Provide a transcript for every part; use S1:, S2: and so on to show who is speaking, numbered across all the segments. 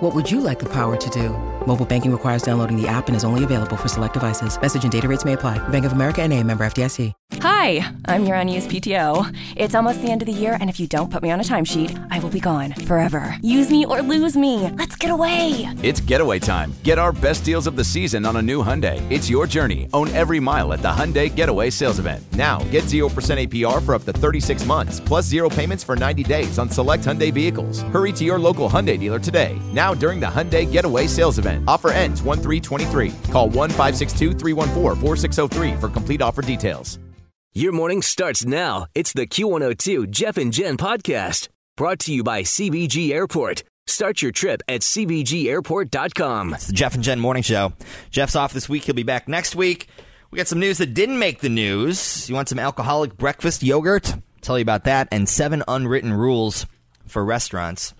S1: What would you like the power to do? Mobile banking requires downloading the app and is only available for select devices. Message and data rates may apply. Bank of America and a member FDIC.
S2: Hi, I'm your unused PTO. It's almost the end of the year, and if you don't put me on a timesheet, I will be gone forever. Use me or lose me. Let's get away.
S3: It's getaway time. Get our best deals of the season on a new Hyundai. It's your journey. Own every mile at the Hyundai Getaway Sales Event. Now, get 0% APR for up to 36 months, plus zero payments for 90 days on select Hyundai vehicles. Hurry to your local Hyundai dealer today. Now, during the Hyundai Getaway Sales Event. Offer ends 1-3-23. Call 1-562-314-4603 for complete offer details.
S4: Your morning starts now. It's the Q102 Jeff and Jen podcast brought to you by CBG Airport. Start your trip at CBGAirport.com.
S5: It's the Jeff and Jen Morning Show. Jeff's off this week. He'll be back next week. We got some news that didn't make the news. You want some alcoholic breakfast yogurt? Tell you about that and seven unwritten rules for restaurants.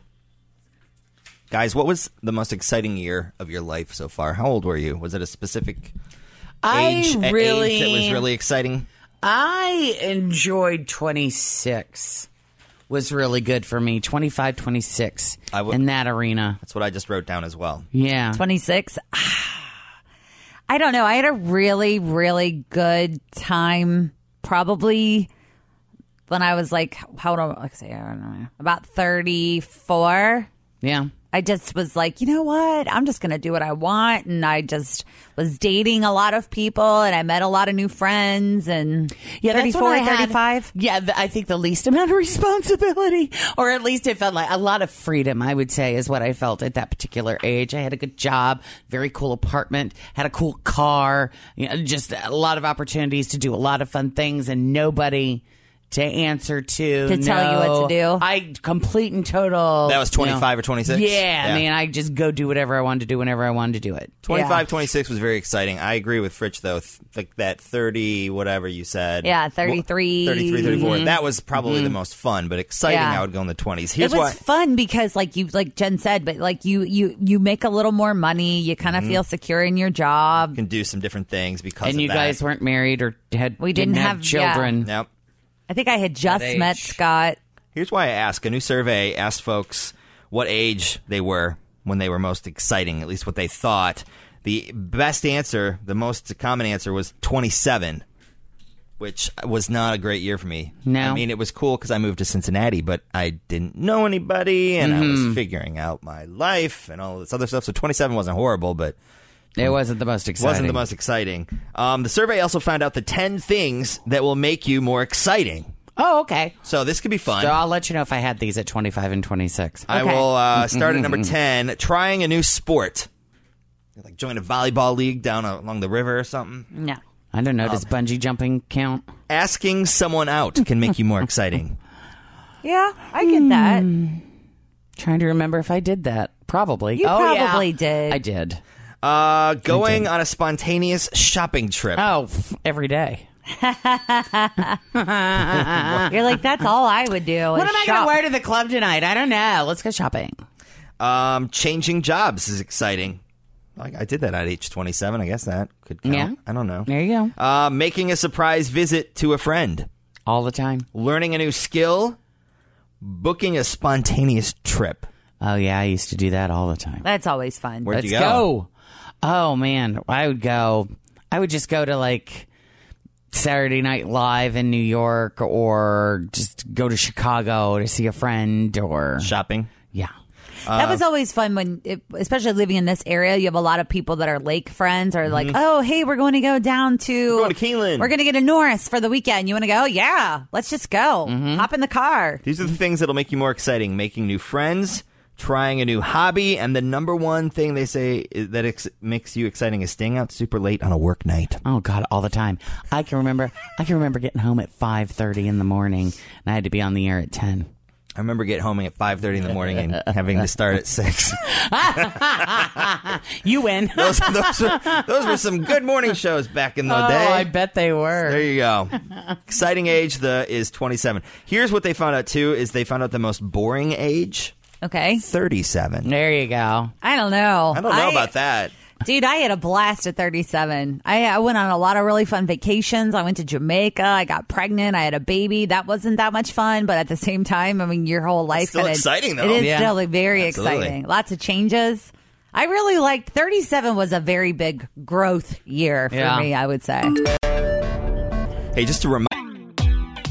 S5: Guys, what was the most exciting year of your life so far? How old were you? Was it a specific age,
S6: I
S5: a-
S6: really,
S5: age that was really exciting?
S6: I enjoyed 26. Was really good for me. 25, 26
S5: I w-
S6: in that arena.
S5: That's what I just wrote down as well.
S6: Yeah.
S7: 26. Ah. I don't know. I had a really, really good time probably when I was like, how old am I? Let's see, I don't know. About 34.
S6: yeah.
S7: I just was like, you know what? I'm just going to do what I want. And I just was dating a lot of people and I met a lot of new friends. And
S6: Yeah, that's
S7: 34,
S6: when I had-
S7: 35.
S6: Yeah, th- I think the least amount of responsibility, or at least it felt like a lot of freedom, I would say, is what I felt at that particular age. I had a good job, very cool apartment, had a cool car, you know, just a lot of opportunities to do a lot of fun things, and nobody to answer to.
S7: To tell you what to
S6: no.
S7: do?
S6: I complete and total.
S5: That was
S6: you know.
S5: 25 or 26?
S6: Oh, Yeah,
S5: Yeah.
S6: I mean, I just go do whatever I wanted to do whenever I wanted to do it.
S5: 25, 26 was very exciting. I agree with Fritch, though. Th- like that 30, whatever you said.
S7: Yeah,
S5: Well,
S7: 33.
S5: 33, 34.
S6: Mm-hmm.
S5: That was probably the most fun, but exciting,
S7: Yeah.
S5: I would go in the 20s.
S7: It
S5: Here's
S7: was
S5: why.
S7: fun because, like you, like Jen said, but like you, you, you make a little more money. You kind of
S6: Mm-hmm.
S7: feel secure in your job.
S5: can do some different things because
S6: And
S5: of
S6: you
S5: that.
S6: guys weren't married or had
S7: We didn't
S6: have,
S7: have- yeah.
S6: children.
S5: Yep.
S7: I think I had just
S6: age.
S7: met Scott.
S5: Here's why I ask. A new survey asked folks what age they were when they were most exciting, at least what they thought. The best answer, the most common answer was 27, which was not a great year for me.
S6: No.
S5: I mean, it was cool because I moved to Cincinnati, but I didn't know anybody and I
S6: Mm-hmm.
S5: was figuring out my life and all this other stuff. So 27 wasn't horrible, but
S6: It wasn't the most exciting.
S5: wasn't the most exciting. Um, the survey also found out the 10 things that will make you more exciting.
S6: Oh, okay.
S5: So this could be fun.
S6: So I'll let you know if I had these at 25 and 26.
S5: I will uh,
S6: Mm-hmm,
S5: start at number 10, trying a new sport. Like join a volleyball league down along the river or something.
S7: No.
S6: I don't know. Does bungee jumping count?
S5: Asking someone out can make you more exciting.
S7: Yeah, I get that.
S6: Trying to remember if I did that. Probably.
S7: You
S6: oh,
S7: probably
S6: yeah.
S7: did.
S6: I did.
S5: Uh, going on a spontaneous shopping trip.
S6: Oh, f- every day.
S7: You're like, that's all I would do.
S6: What am I going to wear to the club tonight? I don't know. Let's go shopping.
S5: Um, changing jobs is exciting. Like I did that at age 27. I guess that could count.
S6: Yeah.
S5: I don't know.
S6: There you go.
S5: Uh, making a surprise visit to a friend,
S6: All the time.
S5: learning a new skill, booking a spontaneous trip.
S6: Oh, yeah. I used to do that all the time.
S7: That's always fun.
S5: Where'd
S6: Let's
S5: you
S6: go. Oh, man. I would go. I would just go to like Saturday Night Live in New York or just go to Chicago to see a friend or.
S5: Shopping.
S6: Yeah.
S5: uh,
S7: that was always fun when, it, especially living in this area, you have a lot of people that are lake friends or like, oh, hey, we're going to go down to
S5: Mm-hmm. We're going to Keeneland."
S7: We're going to get a Norris for the weekend. You want to go? Yeah, let's just go.
S5: Mm-hmm.
S7: Hop in the car.
S5: These
S6: Mm-hmm.
S5: are the things that'll make you more exciting making new friends, trying a new hobby, and the number one thing they say is- that ex- makes you exciting is staying out super late on a work night.
S6: Oh God, all the time. I can remember. I can remember getting home at five thirty in the morning, and I had to be on the air at ten.
S5: I remember getting home at 5.30 in the morning and having to start at 6.
S6: You win.
S5: those, those, were, those were some good morning shows back in the
S6: oh,
S5: day.
S6: I bet they
S5: There
S6: were.
S5: you go. Exciting age the is 27. Here's what they found out too is they found out the most boring age
S6: Eh.
S7: Okay.
S5: 37.
S6: There you go.
S7: I don't know.
S5: I don't know about that.
S7: Dude, I had a blast at 37. I, I went on a lot of really fun vacations. I went to Jamaica. I got pregnant. I had a baby. That wasn't that much fun, but at the same time, I mean, your whole life
S5: still
S7: kinda-
S5: exciting, though.
S7: It is
S6: Yeah.
S7: still like, very
S5: Absolutely.
S7: exciting. Lots of changes. I really liked 37 was a very big growth year for
S6: Yeah.
S7: me, I would say.
S5: Hey, just to remind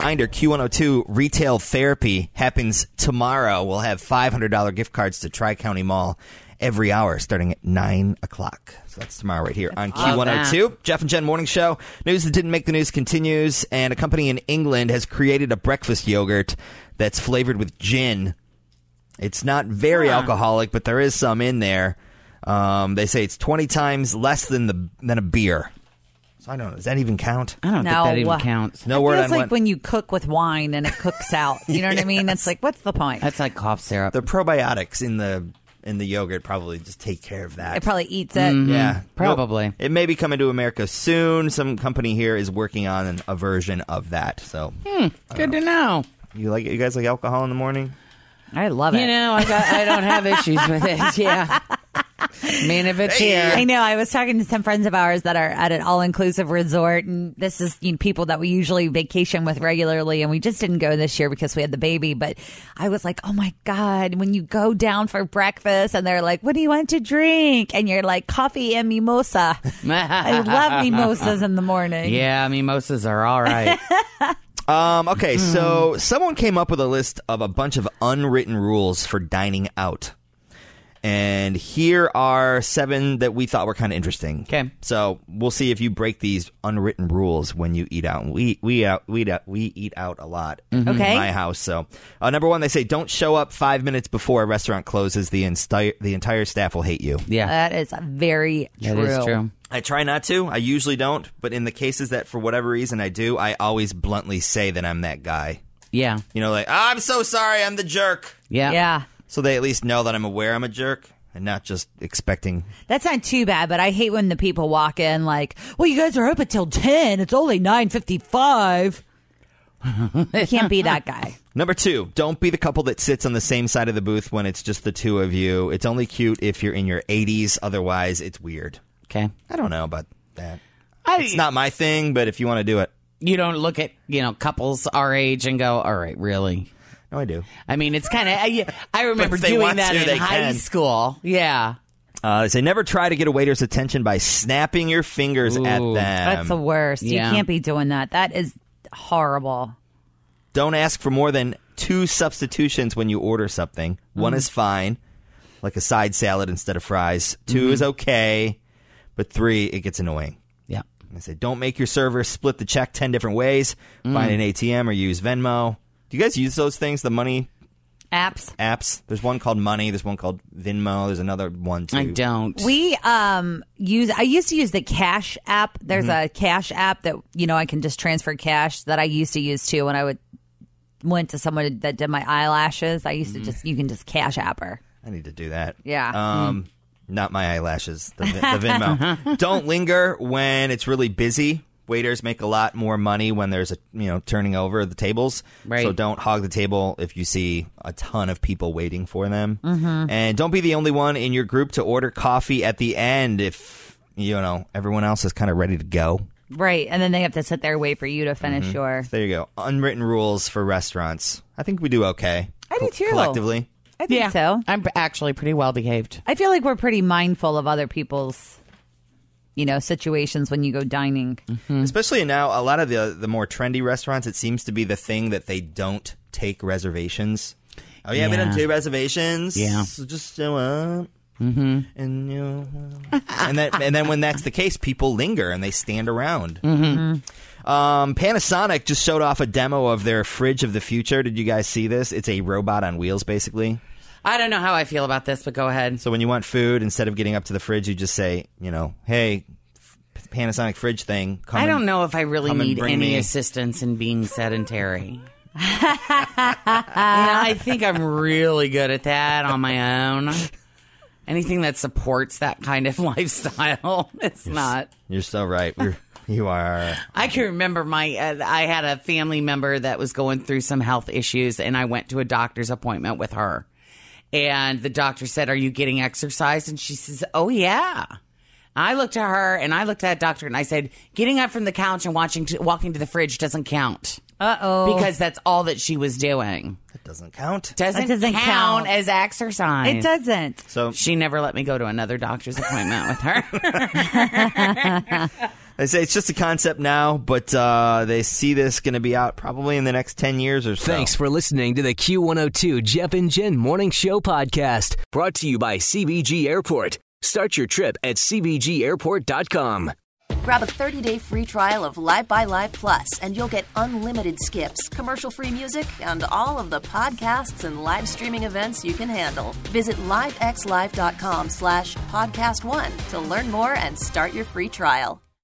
S5: Reminder Q102 retail therapy happens tomorrow. We'll have $500 gift cards to Tri County Mall every hour starting at 9 o'clock. So that's tomorrow right here on Q102. Jeff and Jen Morning Show. News that didn't make the news continues, and a company in England has created a breakfast yogurt that's flavored with gin. It's not very alcoholic, but there is some in there. Um, they say it's 20 times less than the than a beer. So I don't know. Does that even count?
S6: I don't
S7: No.
S6: think that even counts.
S5: No
S7: it
S5: word
S7: feels
S5: on
S7: like
S5: what-
S7: when you cook with wine and it cooks out. You know what I mean? It's like, what's the point?
S6: That's like cough syrup.
S5: the probiotics in the in the yogurt probably just take care of that.
S7: It mm-hmm. probably eats it.
S6: Mm-hmm.
S5: yeah,
S6: probably.
S5: Well, it may be coming to America soon. Some company here is working on an, a version of that. So
S6: Good to know.
S5: you like you guys like alcohol in the morning?
S7: I love it.
S6: You know, I, got, I don't have issues with it. Yeah. I mean, if it's
S7: I
S6: here,
S7: know. I was talking to some friends of ours that are at an all inclusive resort, and this is you know, people that we usually vacation with regularly, and we just didn't go this year because we had the baby. But I was like, oh my God, when you go down for breakfast and they're like, what do you want to drink? And you're like, coffee and mimosa. I love mimosas in the morning.
S6: yeah, mimosas are all right.
S5: Um, okay, so someone came up with a list of a bunch of unwritten rules for dining out. And here are seven that we thought were kind of interesting.
S6: 'Kay.
S5: So we'll see if you break these unwritten rules when you eat out. We we out we eat out, we eat out a lot.
S7: Okay.
S5: In my house. So uh, number one, they say don't show up five minutes before a restaurant closes. The entire the entire staff will hate you.
S6: Yeah,
S7: That is very
S6: that
S7: true.
S6: is true.
S5: I try not to. I usually don't. But in the cases that for whatever reason I do, I always bluntly say that I'm that guy.
S6: Yeah,
S5: You know, like, "Oh, I'm so sorry, I'm the jerk.
S6: yeah,
S7: Yeah.
S5: So they at least know that I'm aware I'm a jerk and not just expecting.
S7: That's not too bad, but I hate when the people walk in like, "Well, you guys are open till ten. It's only nine fifty-five. You can't be that guy.
S5: Number two, don't be the couple that sits on the same side of the booth when it's just the two of you. It's only cute if you're in your 80s. Otherwise, it's weird.
S6: Okay,
S5: I don't know about that. It's
S6: I,
S5: not my thing, but if you want to do it,
S6: you don't look at you know couples our age and go, all right, really.
S5: no, I do.
S6: I mean, it's kind of I, I remember
S5: If they
S6: doing
S5: want
S6: that
S5: to,
S6: in
S5: they
S6: high
S5: can.
S6: school. Yeah,
S5: Uh, they say never try to get a waiter's attention by snapping your fingers at them.
S7: That's the worst.
S6: yeah.
S7: You can't be doing that. That is horrible.
S5: Don't ask for more than two substitutions when you order something. One is fine, like a side salad instead of fries. 2 is okay, but three, it gets annoying.
S6: yeah.
S5: I say, don't make your server split the check 10 different ways. Find an ATM or use Venmo. Do you guys use those things, the money
S7: Apps.
S5: apps? There's one called Money, there's one called Venmo, there's another one too.
S6: I don't.
S7: We um use I used to use the cash app. There's a cash app that you know I can just transfer cash that I used to use too when I would went to someone that did my eyelashes. I used to just you can just cash app her.
S5: I need to do that.
S7: Yeah.
S5: Um, Not my eyelashes, the, the Venmo. Don't linger when it's really busy. Waiters make a lot more money when there's a you know turning over of the tables.
S6: Right.
S5: So don't hog the table if you see a ton of people waiting for them.
S6: Mhm.
S5: And don't be the only one in your group to order coffee at the end if you know everyone else is kind of ready to go.
S7: Right. And then they have to sit there and wait for you to finish
S5: Mhm.
S7: your.
S5: There you go. Unwritten rules for restaurants. I think we do okay. I do
S7: too.
S5: Collectively.
S7: I think so.
S6: I'm actually pretty well behaved.
S7: I feel like we're pretty mindful of other people's, you know, situations when you go dining.
S6: Mm-hmm.
S5: Especially now, a lot of the the more trendy restaurants, it seems to be the thing that they don't take reservations. Oh yeah, we
S6: Yeah.
S5: don't do reservations.
S6: Yeah. Mm-hmm.
S5: so just show up. And you know, and then and then when that's the case, people linger and they stand around.
S6: Mm-hmm.
S5: Um, Panasonic just showed off a demo of their fridge of the future. Did you guys see this? It's a robot on wheels, basically.
S6: I don't know how I feel about this, but go ahead.
S5: So when you want food, instead of getting up to the fridge, you just say, you know, hey, f- Panasonic fridge thing. Come
S6: I
S5: and-
S6: don't know if I really
S5: come and
S6: need
S5: bring
S6: any
S5: me-
S6: assistance in being sedentary. You know, I think I'm really good at that on my own. Anything that supports that kind of lifestyle, it's not.
S5: You're so right. We're, you are.
S6: I can remember my uh, I had a family member that was going through some health issues and I went to a doctor's appointment with her. And the doctor said, "Are you getting exercise?" and she says, "Oh yeah." I looked at her and I looked at that doctor and I said, "Getting up from the couch and watching to, walking to the fridge doesn't count."
S7: Uh-oh.
S6: Because that's all that she was doing.
S5: That doesn't count.
S6: Doesn't,
S7: That doesn't
S6: count,
S7: count.
S6: as exercise.
S7: It doesn't.
S5: So
S6: She never let me go to another doctor's appointment with her.
S5: I say it's just a concept now, but uh, they see this going to be out probably in the next 10 years or so.
S4: Thanks for listening to the Q102 Jeff and Jen Morning Show podcast, brought to you by CBG Airport. Start your trip at CBGAirport.com.
S8: Grab a 30-day free trial of Live by Live Plus, and you'll get unlimited skips, commercial-free music, and all of the podcasts and live streaming events you can handle. Visit livexlive.com slash podcast one to learn more and start your free trial.